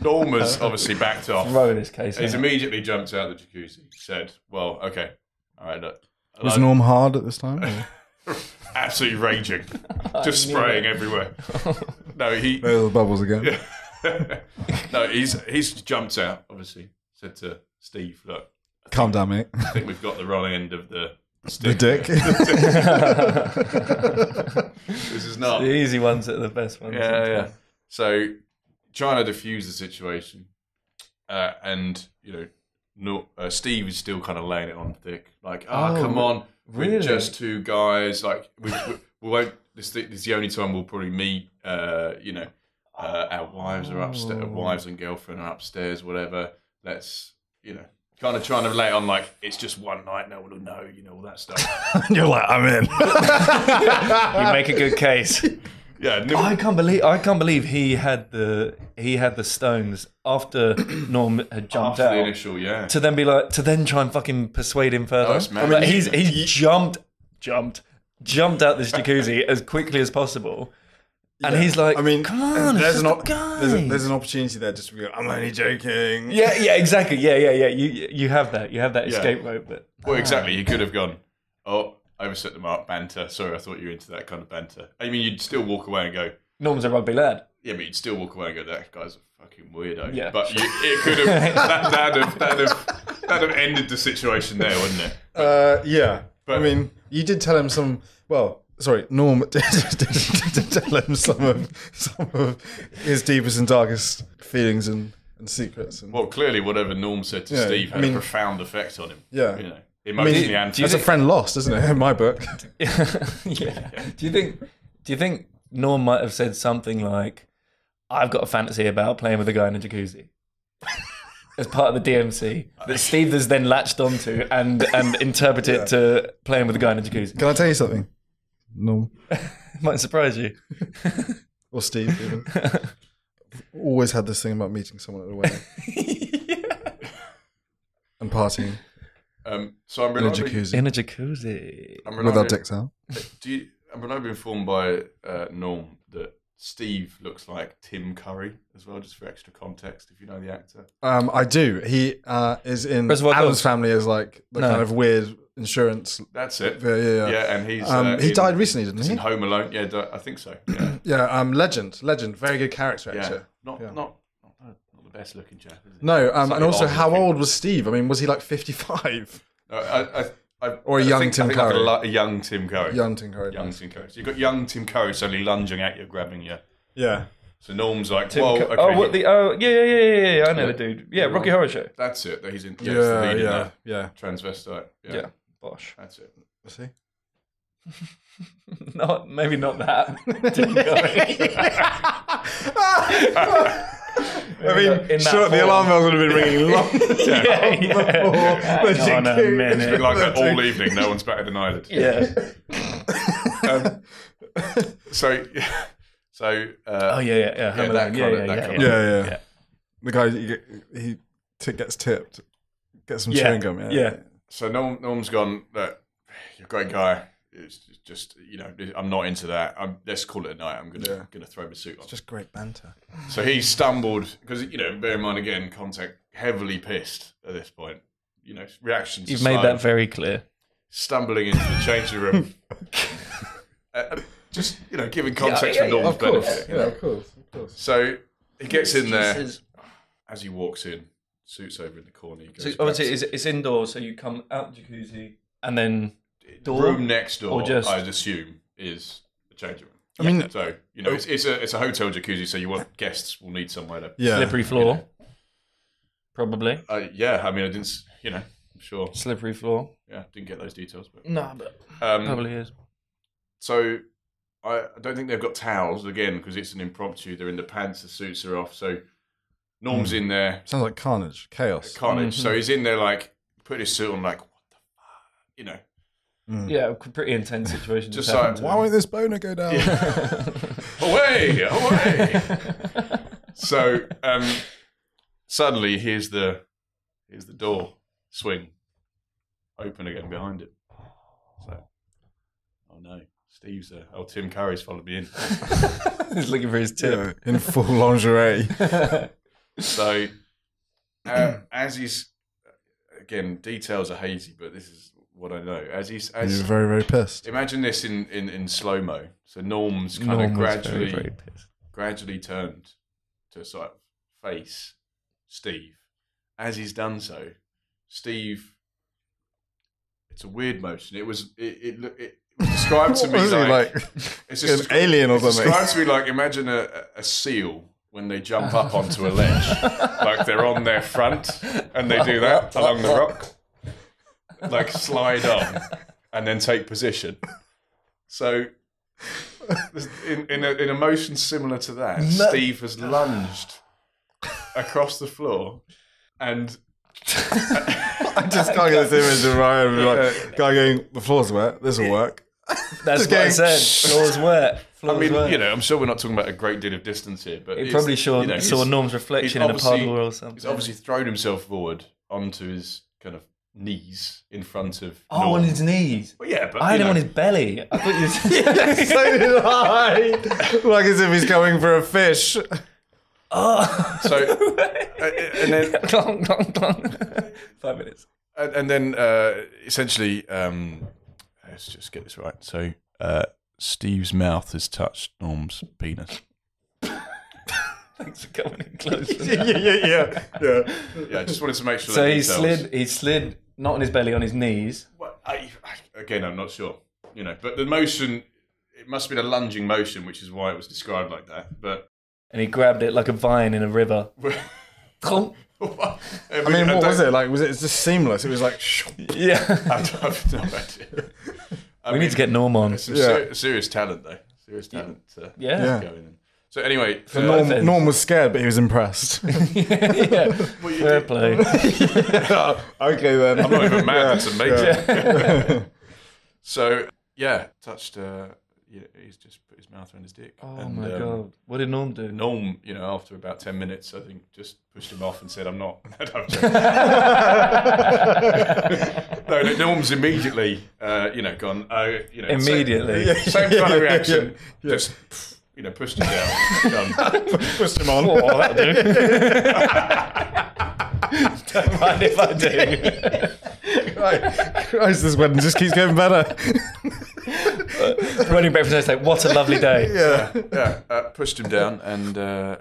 C: Norm has obviously backed off.
B: Throw this case.
C: He's
B: out.
C: immediately jumped out of the jacuzzi. Said, "Well, okay, all right, look."
A: Was
C: Like,
A: Norm hard at this time? or-
C: absolutely raging, just
B: knew
C: spraying everywhere. No, he
A: There's the bubbles again.
C: no, he's he's jumped out. Obviously, said to Steve, "Look,
A: Calm down, mate.
C: I think we've got the wrong end of the, the
A: The
C: stick.
A: dick.
C: This is not
B: The easy ones are the best ones.
C: Yeah, yeah. So trying to defuse the situation, uh, and you know, no, uh, Steve is still kind of laying it on thick, like, "Ah,
B: Oh,
C: come on, we're
B: really?
C: just two guys. Like, we, we, we won't. This, thi- this is the only time we'll probably meet. Uh, you know, Uh, our wives are upstairs,
B: Oh.
C: wives and girlfriend are upstairs, whatever. Let's, you know, kind of trying to relate on like, it's just one night, no one will know, you know, all that stuff.
A: You're like, I'm in.
B: You make a good case.
C: yeah, no-
B: I can't believe I can't believe he had the he had the stones after Norm had jumped
C: after the
B: out
C: initial, yeah.
B: to then be like to then try and fucking persuade him further.
C: it's mad.
B: Like, he's he jumped jumped jumped out this jacuzzi as quickly as possible, and
A: Yeah.
B: he's like,
A: I mean,
B: come on, it's
A: there's
B: just
A: an,
B: a
A: op- there's, a,
B: guy."
A: there's an opportunity there just to be like, I'm only joking.
B: yeah, yeah, exactly, yeah, yeah, yeah. You you have that you have that escape rope, but
A: Ah.
C: Well, exactly. You could have gone, oh, overset the mark, banter. Sorry, I thought you were into that kind of banter. I mean, you'd still walk away and go,
B: Norm's a rugby lad.
C: yeah, but you'd still walk away and go, that guy's a fucking weirdo.
B: Yeah.
C: But you, it could have, that, that'd have, that'd have, that'd have ended the situation there, wouldn't it?
A: Uh, yeah.
C: But-
A: I mean, you did tell him some. Well, sorry, Norm did, did, did tell him some of some of his deepest and darkest feelings and, and secrets. And,
C: Well, clearly, whatever Norm said to
A: Yeah,
C: Steve had
A: I mean-
C: a profound effect on him.
A: Yeah.
C: You know,
A: I
C: emotionally
A: mean,
C: and
A: that's a friend lost, isn't it? In my book.
B: yeah. Do you think? Do you think Norm might have said something like, "I've got a fantasy about playing with a guy in a jacuzzi," as part of the DMC that Steve has then latched onto and and interpreted it to playing with a guy in a jacuzzi?
A: Can I tell you something? Norm
B: Might surprise you.
A: or Steve even. Always had this thing about meeting someone at a wedding and partying
C: um, so I'm
A: in a
C: reliably,
A: jacuzzi
B: In a jacuzzi.
C: I'm
A: with our
C: reliably,
A: dicks out.
C: do you, I'm reliably informed by uh, Norm that Steve looks like Tim Curry as well, just for extra context, if you know the actor.
A: Um, I do. He uh, is in
B: Reservoir
A: Adam's
B: Dogs.
A: family is like the
B: No.
A: kind of weird insurance.
C: That's it.
A: Yeah, yeah, yeah.
C: Yeah, and he's
A: Um,
C: uh,
A: he
C: in-
A: died recently, didn't
C: He's
A: he?
C: in Home Alone. Yeah, di- I think so. Yeah,
A: Yeah, um, legend, legend, very good character
C: yeah.
A: actor.
C: Not,
A: Yeah.
C: not not not the best looking chap. Is he?
A: No, um, and
C: Slightly
A: also,
C: odd
A: how
C: looking.
A: old was Steve? I mean, was he like fifty-five?
C: No, I, I, I,
A: Or a
C: I
A: young
C: think,
A: Tim
C: I think I've got
A: Curry.
C: a, lo- a young Tim Curry.
A: Young Tim Curry.
C: Young Tim Curry. So you've got young Tim Curry suddenly lunging at you, grabbing you.
A: Yeah,
C: So Norm's like, whoa, okay.
B: oh,
C: he-
B: what the? Oh, yeah, yeah, yeah, yeah, yeah. I know the dude. Yeah, Rocky Horror Show.
C: That's it. That he's in.
A: yeah,
C: Yeah, it's the
A: yeah,
C: lead in
A: yeah.
C: that. Transvestite. Yeah,
B: Yeah, bosh.
C: That's it.
A: See,
B: Not maybe not that. Tim Curry.
A: I mean,
B: In that
A: sure, the
B: form.
A: alarm bells would have been ringing long.
B: Yeah, yeah. Hang on a
C: It's been
B: minute.
C: like that all evening. No one's better than I did.
B: Yeah.
C: Um, so, so
B: Oh
C: uh,
B: yeah, yeah, yeah. Home Alone. yeah, yeah,
C: that colour- that
B: yeah,
C: colour.
B: yeah.
A: Yeah, yeah.
B: Yeah.
A: The guy you get, he t- gets tipped, gets some
B: Yeah,
A: chewing gum. Yeah,
B: yeah.
C: so Norm, Norm's gone. Look, you're a great guy. It's just you know, I'm not into that. I'm, let's call it a night. I'm gonna
A: Yeah.
C: gonna throw my suit on.
A: Just great banter.
C: So he stumbled because you know, bear in mind again, contact heavily pissed at this point. You know, reactions.
B: You've
C: are
B: made
C: slow.
B: that very clear.
C: stumbling into the changing room. Uh, just you know, giving context
B: yeah,
C: for
B: yeah,
C: Norm's benefit.
A: yeah, of course, of course.
C: So he gets in there as he walks in, suits over in the corner. He goes
B: So
C: back
B: obviously
C: to
B: it's, it's indoors, so you come out the jacuzzi and then
C: the
B: door
C: room next door.
B: or just-
C: I'd assume is the changing room.
A: I mean,
C: So you know, it's, it's a it's a hotel jacuzzi, so you want guests will need somewhere to.
A: yeah,
B: slippery floor. Probably
C: Uh, yeah, I mean, I didn't. s- You know, I'm sure.
B: slippery floor.
C: Yeah, didn't get those details, but
B: No, but
C: um,
B: Mm, probably is.
C: So I, I don't think they've got towels again because it's an impromptu. They're in the pants, the suits are off. So Norm's
B: Mm.
C: in there,
A: sounds like carnage, chaos.
C: carnage. So
B: Mm-hmm.
C: he's in there like put his suit on, like what the fuck, you know.
B: Yeah, a pretty intense situation.
C: Mm. Just
B: that's happened
C: like,
B: to
A: Why won't this boner go down?
C: away, away. so um, suddenly, here's the here's the door swing open again behind it. So, oh no, Steve's there. Oh, Tim Curry's followed me in.
B: him. He's looking for his tip.
A: Yeah, in full lingerie.
C: So, uh, as he's again, details are hazy, but this is what I know. As he's
A: And
C: as
A: you're very, very pissed.
C: imagine this in in, in slow mo. So Norm's kind
B: Norm
C: of
B: was
C: gradually
B: very, very pissed.
C: gradually turned to sort of face Steve. As he's done so, Steve. It's a weird motion. It was it it, look- it was described to
A: What
C: me
A: was he
C: like,
A: like?
C: it's
A: An
C: just
A: alien or something?
C: Described to me like imagine a, a- a seal when they jump up onto a ledge, like they're on their front and they do that along the rock, like slide on and then take position. So In, in, a, in a motion similar to that,
B: No.
C: Steve has lunged across the floor and
A: I just can't get this image of Ryan like, guy going, the floor's wet, this will work.
B: That's
A: Just
B: what I
A: going,
B: said.
A: "Shh."
B: Floor's wet.
C: I
B: Floor's
C: mean,
B: wet.
C: you know, I'm sure we're not talking about a great deal of distance here, but
B: He
C: it's-
B: probably saw,
C: you know,
B: saw
C: he's-
B: Norm's reflection in a
C: obviously-
B: puddle or something.
C: He's obviously thrown himself forward onto his kind of knees in front of.
B: oh, on
C: Norm.
B: his knees.
C: Well, yeah, but
B: I had
C: you
B: him
C: know,
B: on his belly. I thought you. Were...
A: so did I. like as if he's going for a fish.
B: oh.
C: So, and then-
B: Clonk, clonk, clonk. Five minutes.
C: and, and then uh, essentially, um, let's just get this right. So, uh, Steve's mouth has touched Norm's penis.
B: Thanks for coming in close. for
A: yeah,
B: that.
A: yeah, yeah, yeah.
C: Yeah, I just wanted to make sure.
B: so
C: that
B: he
C: details-
B: slid. He slid not on his belly, on his knees.
C: Well, I, I- again, I'm not sure. You know, but the motion, it must have been a lunging motion, which is why it was described like that. But
B: and he grabbed it like a vine in a river. Clonk.
A: I mean, what was it like? Was it it's just seamless? It was like, shoo.
B: yeah.
C: I have no idea. I
B: we need
C: mean,
B: to get Norm on.
C: some
A: Yeah.
C: ser- serious talent, though. Serious talent. Uh,
B: Yeah.
C: going in. So anyway, uh,
B: no
A: Norm,
B: offense.
A: Norm was scared, but he was impressed.
B: yeah.
C: what you
B: Fair
C: did-
B: play.
A: okay then.
C: I'm not even mad. That's amazing.
B: Yeah.
C: So yeah, touched. Uh, you know, he's just put his mouth around his dick.
B: Oh
C: And,
B: my
C: um,
B: god. What did Norm do?
C: Norm, you know, after about ten minutes, I think just pushed him off and said, "I'm not." no, no, Norm's immediately, uh, you know, gone. Oh, you know, same-
B: Immediately.
C: Same kind of
A: Yeah, yeah,
C: reaction.
A: yeah.
C: Just you know, pushed him down. Done.
A: Pushed him on.
B: Oh, that'll do. Don't mind if I do.
A: Right. Christ, this wedding just keeps getting better.
B: Running back from the next day, what a lovely day.
A: yeah.
C: yeah, uh, pushed him down, and uh,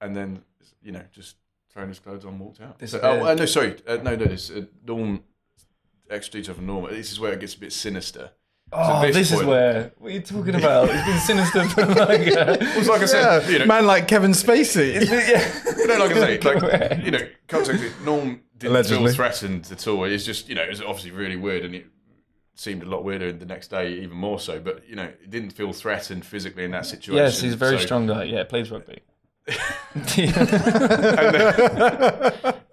C: and then you know just thrown his clothes on, walked out. So- oh uh, no, sorry, uh, no, no, this uh, Norm, extra detail from Norm. This is where it gets a bit sinister.
B: Oh,
C: So
B: this,
C: this
B: is
C: point-
B: where. What are you talking about? It's been sinister for like a.
C: It's like I said,
A: Yeah,
C: you know,
A: Man like Kevin Spacey.
B: Yeah.
C: you know, like I say,
B: Correct.
C: like you know, context. is Norm didn't
A: Allegedly.
C: feel threatened at all. It's just you know, it was obviously really weird, and it seemed a lot weirder the next day, even more so. But you know, it didn't feel threatened physically in that situation.
B: Yes, he's a very
C: So-
B: strong guy. Yeah, plays rugby.
C: and,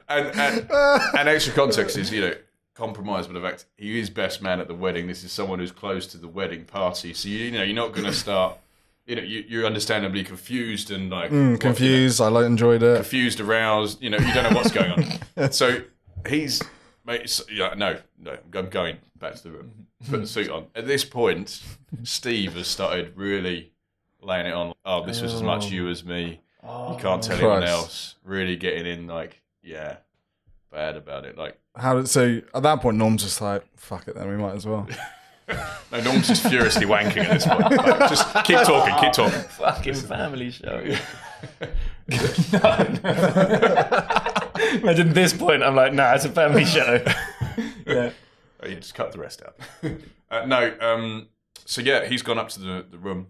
C: and, and extra context is, you know, compromise by the fact he is best man at the wedding. This is someone who's close to the wedding party. So, you, you know, you're not going to start, you know, you, you're understandably confused and like what-
A: Confused. I like, enjoyed it.
C: confused, aroused. You know, you don't know what's going on. So he's, mate, so, yeah, no, no, I'm going back to the room, put the suit on. At this point, Steve has started really laying it on. Oh, this was as much you as me. You can't tell anyone
A: Christ.
C: else. Really getting in, like, yeah, bad about it. Like,
A: How did, so at that point, Norm's just like, fuck it then, we might as well.
C: no, Norm's just furiously wanking at this point. Like, just keep talking, keep talking.
B: Fucking family show. no, no. Imagine at this point, I'm like, nah, it's a family show. yeah.
C: Oh, You just cut the rest out. uh, no, um, so yeah, he's gone up to the, the room.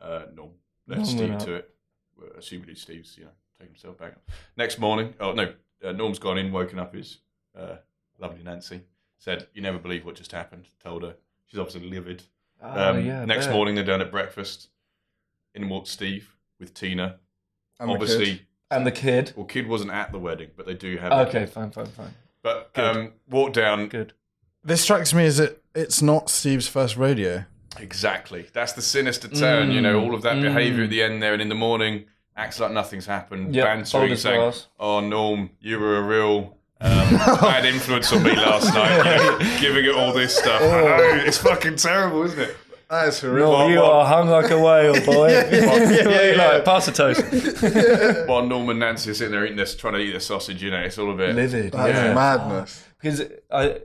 C: Uh, Norm left
B: Norm
C: Steve
B: went
C: to it. Well, Assumedly, Steve's you know taken himself back. Next morning, oh no, uh, Norm's gone in, woken up his uh, lovely Nancy. Said, "You never believe what just happened." Told her she's obviously livid.
B: Oh, yeah, I
C: Um, next
B: bet.
C: morning, they're down at breakfast. In walked Steve with Tina.
A: And the kid.
C: obviously,
B: And the kid.
C: well, kid wasn't at the wedding, but they do have. a-
B: Okay, fine, fine, fine.
C: but um, walked down
B: Good.
A: This strikes me as it, it's not Steve's first radio.
C: Exactly. That's the sinister turn, you know, all of that behaviour
A: Mm.
C: at the end there and in the morning acts like nothing's happened,
B: Yep, bold
C: bantering,
B: as
C: saying,
B: brass.
C: Oh Norm, you were a real um, bad influence on me last night, you know, giving it all this stuff.
A: Oh.
C: I know, it's fucking terrible, isn't it?
A: That is
B: Oh,
A: horrific.
B: you
C: well-
B: are hung like a whale, boy.
A: yeah, yeah.
B: Like, pass the toast.
C: While Norm and Nancy are sitting there eating this trying to eat their sausage, you know, it's all a bit
B: Livid.
A: That's
C: Yeah.
A: madness.
B: because I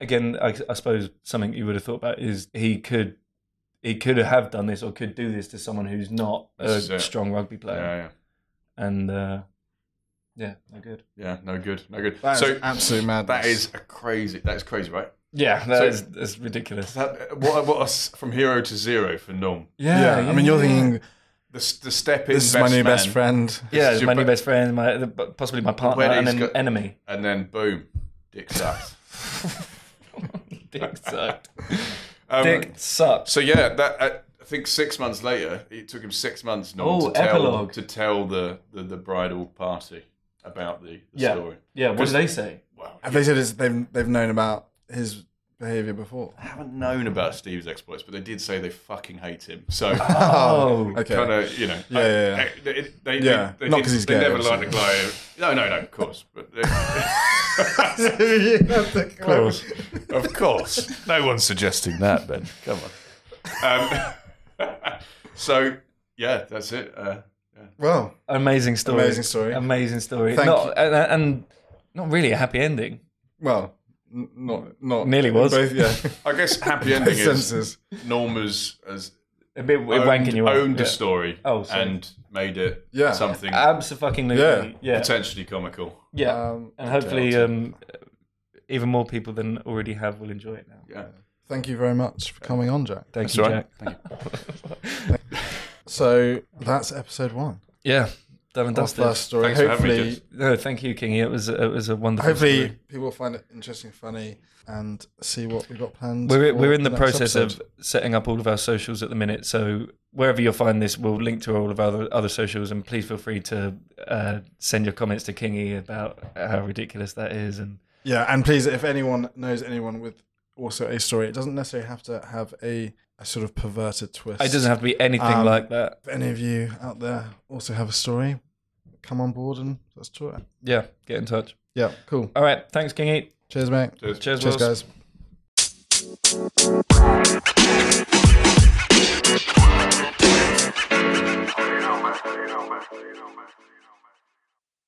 B: again I, I suppose something you would have thought about is he could he could have done this or could do this to someone who's not
C: This is
B: a
C: it.
B: strong rugby
C: Yeah,
B: player
C: yeah.
B: and uh, yeah no good
C: Yeah, no good. No good.
A: That is
C: so
A: absolute madness.
C: that is a crazy that is crazy, right?
B: yeah
C: So-
B: that is that's ridiculous
C: That, uh, what, what a s from hero to zero for Norm.
B: yeah,
A: Yeah, I mean, you're thinking
C: The, s- the step in
A: this is my new best
C: man,
A: friend.
B: yeah
C: is your
B: my new
C: be-
B: best friend my the- possibly my partner
C: Where
B: and
C: he's
B: an
C: got-
B: enemy
C: and then boom, dick sucked.
B: dick sucked
C: Um,
B: dick sucked
C: So Um, yeah, that uh, think six months later, it took him six months Noel,
B: Oh,
C: to tell
B: epilogue.
C: to tell the, the, the bridal party about the, the
B: Yeah.
C: story.
B: Yeah, what did they say?
C: Wow,
A: And they said it's, they've they've known about his behavior before.
C: I haven't known about Steve's exploits, but they did say they fucking hate him. So
B: Oh,
A: okay.
C: kind of, you know,
A: Yeah, yeah, yeah.
C: I- they, they,
A: Yeah,
C: they, they,
A: not
C: did-
A: 'cause he's
C: they
A: gay,
C: never liked the
A: obviously.
C: glow. No, no, no, of course, but they,
A: You have to-
C: of course, no one's suggesting that. Ben, come on. Um, so yeah, that's it. Uh,
A: Well,
B: Amazing story.
A: Amazing story.
B: Amazing story.
A: Thank
B: not
A: you.
B: And, and not really a happy ending.
A: well, n- not not
B: Nearly was.
A: both. Yeah,
C: I guess happy ending is
A: senses.
C: Norma's as
B: A bit w-
C: owned,
B: wanking you up.
C: owned
B: yeah.
C: a story
B: Oh, sorry. Uh,
C: and made it
A: Yeah.
C: something
B: Absolutely. Yeah.
A: Yeah.
B: Yeah.
C: potentially comical.
B: yeah.
A: Um,
B: and hopefully, um, even more people than already have will enjoy it now.
C: Yeah.
A: thank you very much for coming on, Jack.
B: Thank
C: That's
B: you,
C: all
B: Jack.
C: right.
A: So that's episode one.
B: Yeah, done and
A: Our
B: dusted.
A: first story.
C: Thanks for having me,
A: hopefully,
C: Jack.
B: No, thank you, Kingy. It was it was a wonderful.
A: hopefully
B: story.
A: people will find it interesting, funny, and see what we've got planned.
B: we're
A: for
B: we're in the
A: next
B: process
A: episode.
B: of setting up all of our socials at the minute. So wherever you'll find this, we'll link to all of our other other socials, and please feel free to uh, send your comments to Kingy about how ridiculous that is. And
A: yeah, and please, if anyone knows anyone with also a story, it doesn't necessarily have to have a, a sort of perverted twist.
B: it doesn't have to be anything
A: Um,
B: like that.
A: If any of you out there also have a story, come on board and let's talk. it.
B: Yeah, get in touch.
A: Yeah, cool.
B: All right, thanks, Kingy.
A: Cheers, mate.
C: Cheers.
B: Cheers,
A: Cheers
B: Wills.
A: guys.